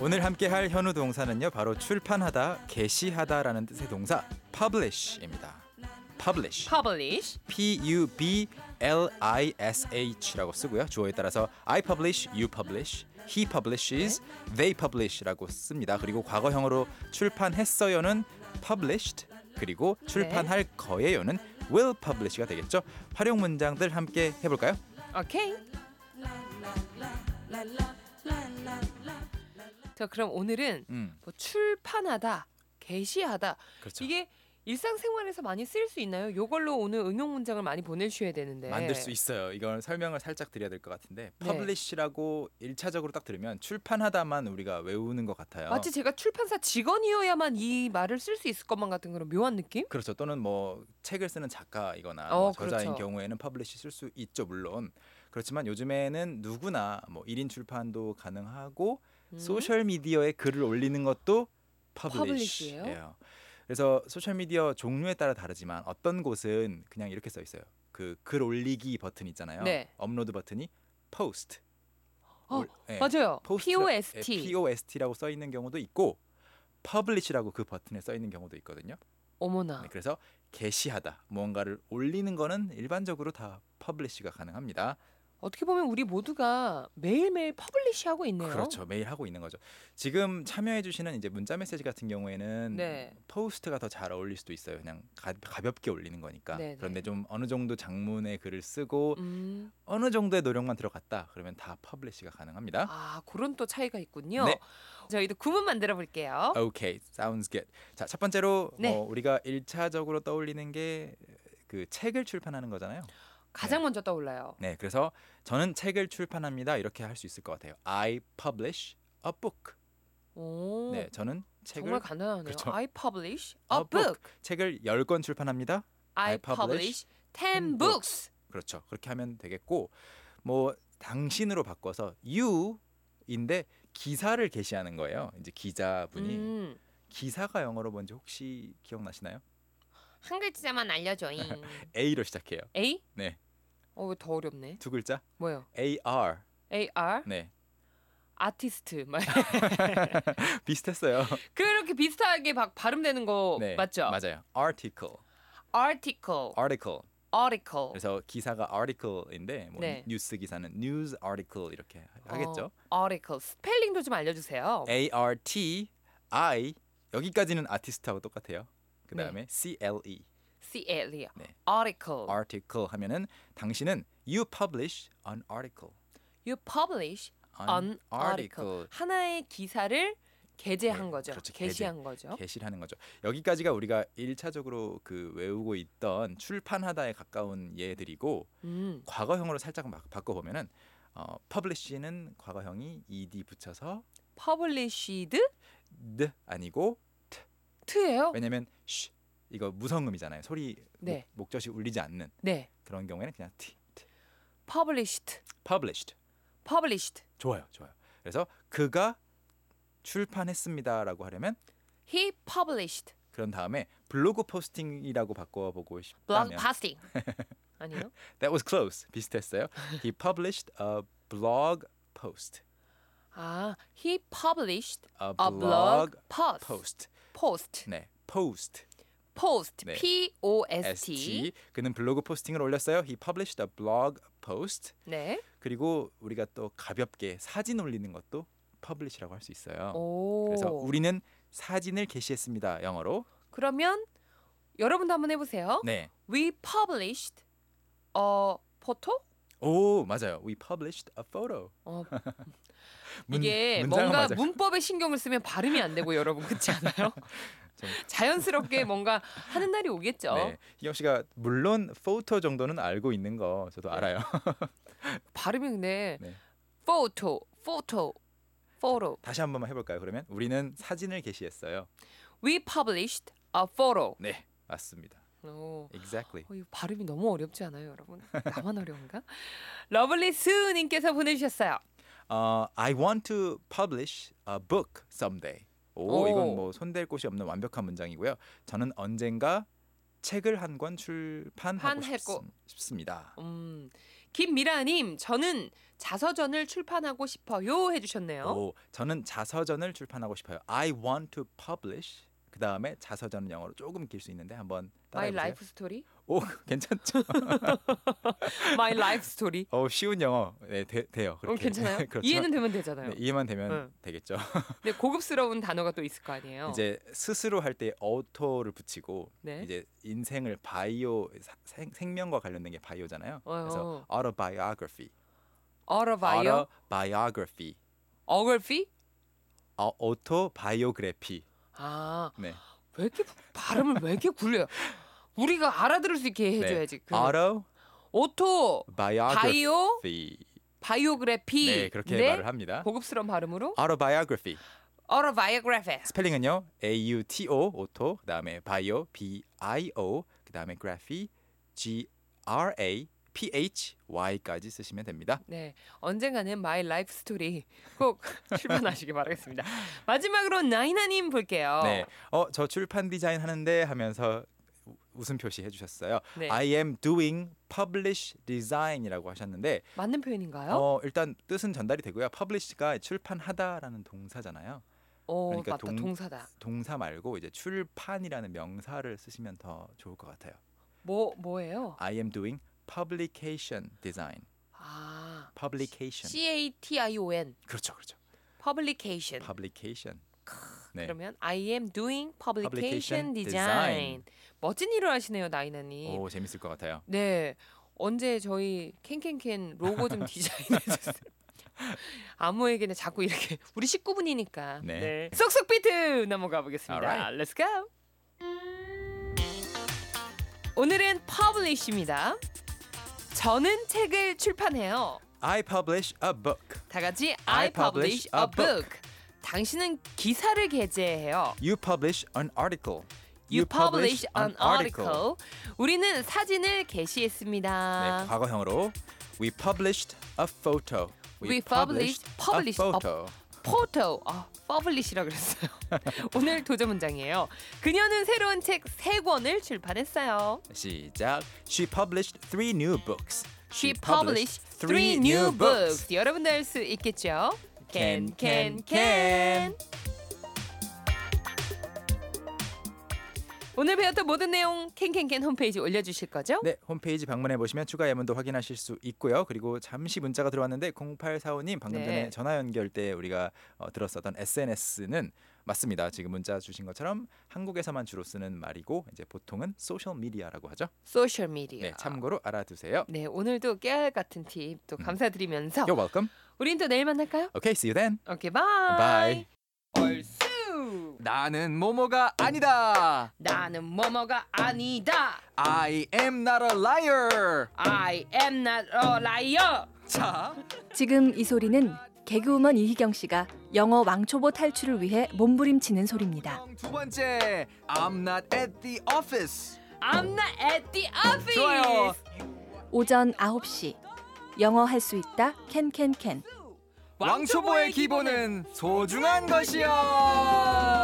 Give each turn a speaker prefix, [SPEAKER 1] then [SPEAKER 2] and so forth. [SPEAKER 1] 오늘 함께 할 현우 동사는요. 바로 출판하다, 게시하다라는 뜻의 동사 publish입니다. publish.
[SPEAKER 2] publish.
[SPEAKER 1] P U B L I S H라고 쓰고요. 주어에 따라서 I publish, you publish, he publishes, they publish라고 씁니다. 그리고 과거형으로 출판했어요는 published, 그리고 출판할 거예요는 will publish가 되겠죠. 활용 문장들 함께 해볼까요?
[SPEAKER 2] 오케이. 자, 그럼 오늘은
[SPEAKER 1] 음,
[SPEAKER 2] 뭐 출판하다, 게시하다
[SPEAKER 1] 그렇죠.
[SPEAKER 2] 이게 일상생활에서 많이 쓸 수 있나요? 요걸로 오늘 응용 문장을 많이 보내주셔야 되는데
[SPEAKER 1] 만들 수 있어요. 이건 설명을 살짝 드려야 될 것 같은데
[SPEAKER 2] 네.
[SPEAKER 1] publish라고 일차적으로 딱 들으면 출판하다만 우리가 외우는 것 같아요.
[SPEAKER 2] 마치 제가 출판사 직원이어야만 이 말을 쓸 수 있을 것만 같은 그런 묘한 느낌?
[SPEAKER 1] 그렇죠. 또는 뭐 책을 쓰는 작가이거나
[SPEAKER 2] 어,
[SPEAKER 1] 뭐 저자인
[SPEAKER 2] 그렇죠.
[SPEAKER 1] 경우에는 퍼블리시 쓸 수 있죠, 물론. 그렇지만 요즘에는 누구나 뭐 1인 출판도 가능하고
[SPEAKER 2] 음.
[SPEAKER 1] 소셜 미디어에 글을 올리는 것도
[SPEAKER 2] publish예요?
[SPEAKER 1] 퍼블리시예요. 그래서 소셜 미디어 종류에 따라 다르지만 어떤 곳은 그냥 이렇게 써 있어요. 그 글 올리기 버튼 있잖아요.
[SPEAKER 2] 네.
[SPEAKER 1] 업로드 버튼이 post.
[SPEAKER 2] 어,
[SPEAKER 1] 올- 예,
[SPEAKER 2] 맞아요.
[SPEAKER 1] post라- 예,
[SPEAKER 2] POST.
[SPEAKER 1] POST라고 써 있는 경우도 있고 publish라고 그 버튼에 써 있는 경우도 있거든요.
[SPEAKER 2] 어머나.
[SPEAKER 1] 네, 그래서 게시하다 무언가를 올리는 거는 일반적으로 다 퍼블리시가 가능합니다.
[SPEAKER 2] 어떻게 보면 우리 모두가 매일매일 퍼블리시하고 있네요.
[SPEAKER 1] 그렇죠. 매일 하고 있는 거죠. 지금 참여해 주시는 이제 문자 메시지 같은 경우에는
[SPEAKER 2] 네.
[SPEAKER 1] 포스트가 더 잘 어울릴 수도 있어요. 그냥 가, 볍게 올리는 거니까.
[SPEAKER 2] 네, 네.
[SPEAKER 1] 그런데 좀 어느 정도 장문의 글을 쓰고
[SPEAKER 2] 음.
[SPEAKER 1] 어느 정도의 노력만 들어갔다. 그러면 다 퍼블리시가 가능합니다.
[SPEAKER 2] 아, 그런 또 차이가 있군요.
[SPEAKER 1] 네.
[SPEAKER 2] 저희도 구문 만들어 볼게요.
[SPEAKER 1] 오케이. sounds good. 자, 첫 번째로
[SPEAKER 2] 아. 네.
[SPEAKER 1] 어, 우리가 일차적으로 떠올리는 게 그 책을 출판하는 거잖아요.
[SPEAKER 2] 가장 먼저 떠올라요.
[SPEAKER 1] 네, 그래서 저는 책을 출판합니다. 이렇게 할 수 있을 것 같아요. I publish a book.
[SPEAKER 2] 오.
[SPEAKER 1] 네, 저는 책을
[SPEAKER 2] 정말 간단하네요.
[SPEAKER 1] 그렇죠.
[SPEAKER 2] I publish
[SPEAKER 1] A
[SPEAKER 2] a
[SPEAKER 1] 어, book.
[SPEAKER 2] book.
[SPEAKER 1] 책을 10권 출판합니다. I
[SPEAKER 2] I
[SPEAKER 1] publish
[SPEAKER 2] publish 10 books.
[SPEAKER 1] 그렇죠. 그렇게 하면 되겠고 뭐 당신으로 바꿔서 you인데 기사를 게시하는 거예요. 이제 기자분이
[SPEAKER 2] 음.
[SPEAKER 1] 기사가 영어로 뭔지 혹시 기억나시나요?
[SPEAKER 2] 한 글자만 알려 줘잉.
[SPEAKER 1] A로 시작해요.
[SPEAKER 2] A?
[SPEAKER 1] 네.
[SPEAKER 2] 어, 이거 더 어렵네.
[SPEAKER 1] 두 글자.
[SPEAKER 2] 뭐예요?
[SPEAKER 1] AR.
[SPEAKER 2] AR
[SPEAKER 1] 네.
[SPEAKER 2] 아티스트. 막
[SPEAKER 1] 비슷했어요.
[SPEAKER 2] 그렇게 비슷하게 막 발음되는 거
[SPEAKER 1] 네.
[SPEAKER 2] 어, 맞죠?
[SPEAKER 1] 맞아요. article.
[SPEAKER 2] article,
[SPEAKER 1] article.
[SPEAKER 2] article.
[SPEAKER 1] 그래서 기사가 article인데 뭐
[SPEAKER 2] 어. 네.
[SPEAKER 1] 뉴스 기사는 news article 이렇게 하겠죠.
[SPEAKER 2] 어, article. 스펠링도 좀 알려 주세요.
[SPEAKER 1] A R T I 여기까지는 아티스트하고 똑같아요. 그다음에 C L E
[SPEAKER 2] C L E.
[SPEAKER 1] 네.
[SPEAKER 2] article.
[SPEAKER 1] article 하면은 당신은 you publish an article.
[SPEAKER 2] You publish an article. 하나의 기사를 게재한
[SPEAKER 1] 네,
[SPEAKER 2] 거죠.
[SPEAKER 1] 그렇죠. 게재.
[SPEAKER 2] 게시한 거죠.
[SPEAKER 1] 게시를 하는 거죠. 여기까지가 우리가 일차적으로그 외우고 있던 출판하다에 가까운 예들이고
[SPEAKER 2] 음.
[SPEAKER 1] 과거형으로 살짝 막 바꿔 보면은 어, publish는 과거형이 ed 붙여서
[SPEAKER 2] published
[SPEAKER 1] d 아니고
[SPEAKER 2] t예요.
[SPEAKER 1] 왜냐면 쉬 이거 무성음이잖아요. 소리
[SPEAKER 2] 네.
[SPEAKER 1] 목, 목젖이 울리지 않는
[SPEAKER 2] 네.
[SPEAKER 1] 그런 경우에는 그냥 t, t
[SPEAKER 2] published.
[SPEAKER 1] published
[SPEAKER 2] published.
[SPEAKER 1] 좋아요, 좋아요. 그래서 그가 출판했습니다라고 하려면
[SPEAKER 2] He published.
[SPEAKER 1] 그런 다음에 블로그 포스팅이라고 바꿔보고 싶다면
[SPEAKER 2] blog posting. 아니요.
[SPEAKER 1] that was close 비슷했어요. He published a blog post.
[SPEAKER 2] 아, he published
[SPEAKER 1] A
[SPEAKER 2] a blog post.
[SPEAKER 1] 어, post.
[SPEAKER 2] post.
[SPEAKER 1] 네, post.
[SPEAKER 2] post.
[SPEAKER 1] 네.
[SPEAKER 2] P O S T.
[SPEAKER 1] st. 그는 블로그 포스팅을 올렸어요. He published a blog post.
[SPEAKER 2] 네.
[SPEAKER 1] 그리고 우리가 또 가볍게 사진 올리는 것도 publish라고 할 수 있어요.
[SPEAKER 2] 오.
[SPEAKER 1] 그래서 우리는 사진을 게시했습니다. 영어로.
[SPEAKER 2] 그러면 여러분도 한번 해 보세요.
[SPEAKER 1] 네.
[SPEAKER 2] We published a photo?
[SPEAKER 1] 오, 맞아요. We published a photo.
[SPEAKER 2] 어,
[SPEAKER 1] 문-
[SPEAKER 2] 이게
[SPEAKER 1] 문장은
[SPEAKER 2] 뭔가
[SPEAKER 1] 맞아요.
[SPEAKER 2] 문법에 신경을 쓰면 발음이 안 되고 여러분 그렇지 않아요?
[SPEAKER 1] 좀-
[SPEAKER 2] 자연스럽게 뭔가 하는 날이 오겠죠.
[SPEAKER 1] 네. 희경 씨가 물론 photo 정도는 알고 있는 거 저도
[SPEAKER 2] 네.
[SPEAKER 1] 알아요.
[SPEAKER 2] 발음이 근데
[SPEAKER 1] 네.
[SPEAKER 2] photo, photo, photo.
[SPEAKER 1] 다시 한 번만 해 볼까요? 그러면 우리는 사진을 게시했어요.
[SPEAKER 2] We published a photo.
[SPEAKER 1] 네. 맞습니다.
[SPEAKER 2] 오.
[SPEAKER 1] Exactly.
[SPEAKER 2] 어, 이 발음이 너무 어렵지 않아요, 여러분? 나만 어려운가? 러블리 스님께서 보내주셨어요.
[SPEAKER 1] 어, I want to publish a book someday. 오,
[SPEAKER 2] 오.
[SPEAKER 1] 이건 뭐 손댈 곳이 없는 완벽한 문장이고요. 저는 언젠가 책을 한 권 출판하고
[SPEAKER 2] 판했고.
[SPEAKER 1] 싶습- 싶습니다.
[SPEAKER 2] 음, 김미라님, 저는 자서전을 출판하고 싶어요 해주셨네요.
[SPEAKER 1] 오, 저는 자서전을 출판하고 싶어요. I want to publish. 그 다음에 자서전은 영어로 조금 길 수 있는데 한번
[SPEAKER 2] 마이
[SPEAKER 1] 따라해보세요.
[SPEAKER 2] 라이프 스토리?
[SPEAKER 1] 오, 괜찮죠?
[SPEAKER 2] 마이 라이프 스토리.
[SPEAKER 1] 어, 쉬운 영어 네, 되, 돼요.
[SPEAKER 2] 어,
[SPEAKER 1] 그렇게.
[SPEAKER 2] 괜찮아요?
[SPEAKER 1] 그렇죠.
[SPEAKER 2] 이해는 되면 되잖아요.
[SPEAKER 1] 네, 이해만 되면
[SPEAKER 2] 응.
[SPEAKER 1] 되겠죠.
[SPEAKER 2] 근데 고급스러운 단어가 또 있을 거 아니에요.
[SPEAKER 1] 이제 스스로 할 때 auto를 붙이고
[SPEAKER 2] 네.
[SPEAKER 1] 이제 인생을 바이오 사- 생, 생명과 관련된 게 바이오잖아요. 그래서
[SPEAKER 2] 어허.
[SPEAKER 1] autobiography,
[SPEAKER 2] 어러바이어,
[SPEAKER 1] autobiography,
[SPEAKER 2] 어글피?
[SPEAKER 1] 어, autobiography.
[SPEAKER 2] 아,
[SPEAKER 1] 네.
[SPEAKER 2] 왜 이렇게 발음을 왜 이렇게 굴려요? 우리가 알아들을 수 있게 해줘야지.
[SPEAKER 1] 네.
[SPEAKER 2] 그 오토
[SPEAKER 1] autobiography.
[SPEAKER 2] 바이오 바이오그래피.
[SPEAKER 1] 아, 네, 그렇게
[SPEAKER 2] 네?
[SPEAKER 1] 말을 아. 합니다.
[SPEAKER 2] 고급스러운 발음으로
[SPEAKER 1] autobiography.
[SPEAKER 2] 어러바이오그래피.
[SPEAKER 1] 스펠링은요. A U T O auto 그다음에 bio B I O 그다음에 graphy G R A P H Y까지 쓰시면 됩니다.
[SPEAKER 2] 네, 언젠가는 마이 라이프 스토리 꼭 출판하시길 바라겠습니다. 마지막으로 나이나님 볼게요.
[SPEAKER 1] 네. 어, 저 출판 디자인 하는데 하면서 우- 웃음 표시 해주셨어요.
[SPEAKER 2] 네.
[SPEAKER 1] I am doing publish design이라고 하셨는데
[SPEAKER 2] 맞는 표현인가요?
[SPEAKER 1] 어, 일단 뜻은 전달이 되고요. publish가 출판하다라는 동사잖아요.
[SPEAKER 2] 오,
[SPEAKER 1] 그러니까
[SPEAKER 2] 맞다,
[SPEAKER 1] 동-
[SPEAKER 2] 동... 사다
[SPEAKER 1] 동사 말고 이제 출판이라는 명사를 쓰시면 더 좋을 것 같아요.
[SPEAKER 2] 뭐 뭐예요?
[SPEAKER 1] I am doing publication design.
[SPEAKER 2] 아,
[SPEAKER 1] publication.
[SPEAKER 2] C A T I O N,
[SPEAKER 1] 그렇죠. 그렇죠.
[SPEAKER 2] publication.
[SPEAKER 1] publication. 네.
[SPEAKER 2] 그러면 I am doing publication
[SPEAKER 1] Publication design.
[SPEAKER 2] design. 멋진 일을 하시네요, 나이나님.
[SPEAKER 1] 오, 재밌을 것 같아요.
[SPEAKER 2] 네. 언제 저희 캔캔캔 로고 좀 디자인해 주세요. 아무에게나 자꾸 이렇게 우리 식구분이니까.
[SPEAKER 1] 네.
[SPEAKER 2] 쏙쏙 비트 넘어가 보겠습니다.
[SPEAKER 1] Alright.
[SPEAKER 2] Let's go. 오늘은 publish입니다. 저는 책을 출판해요.
[SPEAKER 1] I publish a book.
[SPEAKER 2] 다 같이
[SPEAKER 1] I
[SPEAKER 2] I publish a book. 당신은 기사를 게재해요.
[SPEAKER 1] You publish an article.
[SPEAKER 2] You publish an article. 우리는 사진을 게시했습니다.
[SPEAKER 1] 네, 과거형으로 we published a photo.
[SPEAKER 2] We published- published
[SPEAKER 1] a
[SPEAKER 2] a
[SPEAKER 1] photo.
[SPEAKER 2] 포토 아 퍼블리시라 그랬어요. 오늘 도전 문장이에요. 그녀는 새로운 책 세 권을 출판했어요.
[SPEAKER 1] 시작. She published three new books.
[SPEAKER 2] She published three new books. 여러분도 할 수 있겠죠?
[SPEAKER 1] Can,
[SPEAKER 2] Can
[SPEAKER 1] can,
[SPEAKER 2] can can. 오늘 배웠던 모든 내용 캔캔캔 홈페이지 올려주실 거죠?
[SPEAKER 1] 네, 홈페이지 방문해 보시면 추가 예문도 확인하실 수 있고요. 그리고 잠시 문자가 들어왔는데 0845님 방금
[SPEAKER 2] 네.
[SPEAKER 1] 전에 전화 연결 때 우리가 어, 들었었던 SNS는 맞습니다. 지금 문자 주신 것처럼 한국에서만 주로 쓰는 말이고 이제 보통은 소셜 미디어라고 하죠.
[SPEAKER 2] 소셜 미디어.
[SPEAKER 1] 네, 참고로 알아두세요.
[SPEAKER 2] 네, 오늘도 깨알 같은 팁 또 감사드리면서
[SPEAKER 1] You're welcome.
[SPEAKER 2] 우린 또 내일 만날까요?
[SPEAKER 1] Okay, see you then.
[SPEAKER 2] 오케이 바이. 얼쑤.
[SPEAKER 1] 나는 모모가 아니다.
[SPEAKER 2] 나는 뭐뭐가 아니다.
[SPEAKER 1] I am not a liar.
[SPEAKER 2] I am not a liar.
[SPEAKER 1] 자,
[SPEAKER 3] 지금 이 소리는 개그우먼 이희경 씨가 영어 왕초보 탈출을 위해 몸부림치는 소리입니다.
[SPEAKER 1] 두 번째. I'm not at the office.
[SPEAKER 2] I'm not at the office.
[SPEAKER 1] 좋아요.
[SPEAKER 3] 오전 9시 영어 할 수 있다 캔캔캔
[SPEAKER 2] 왕초보의 기본은
[SPEAKER 1] 소중한 것이요.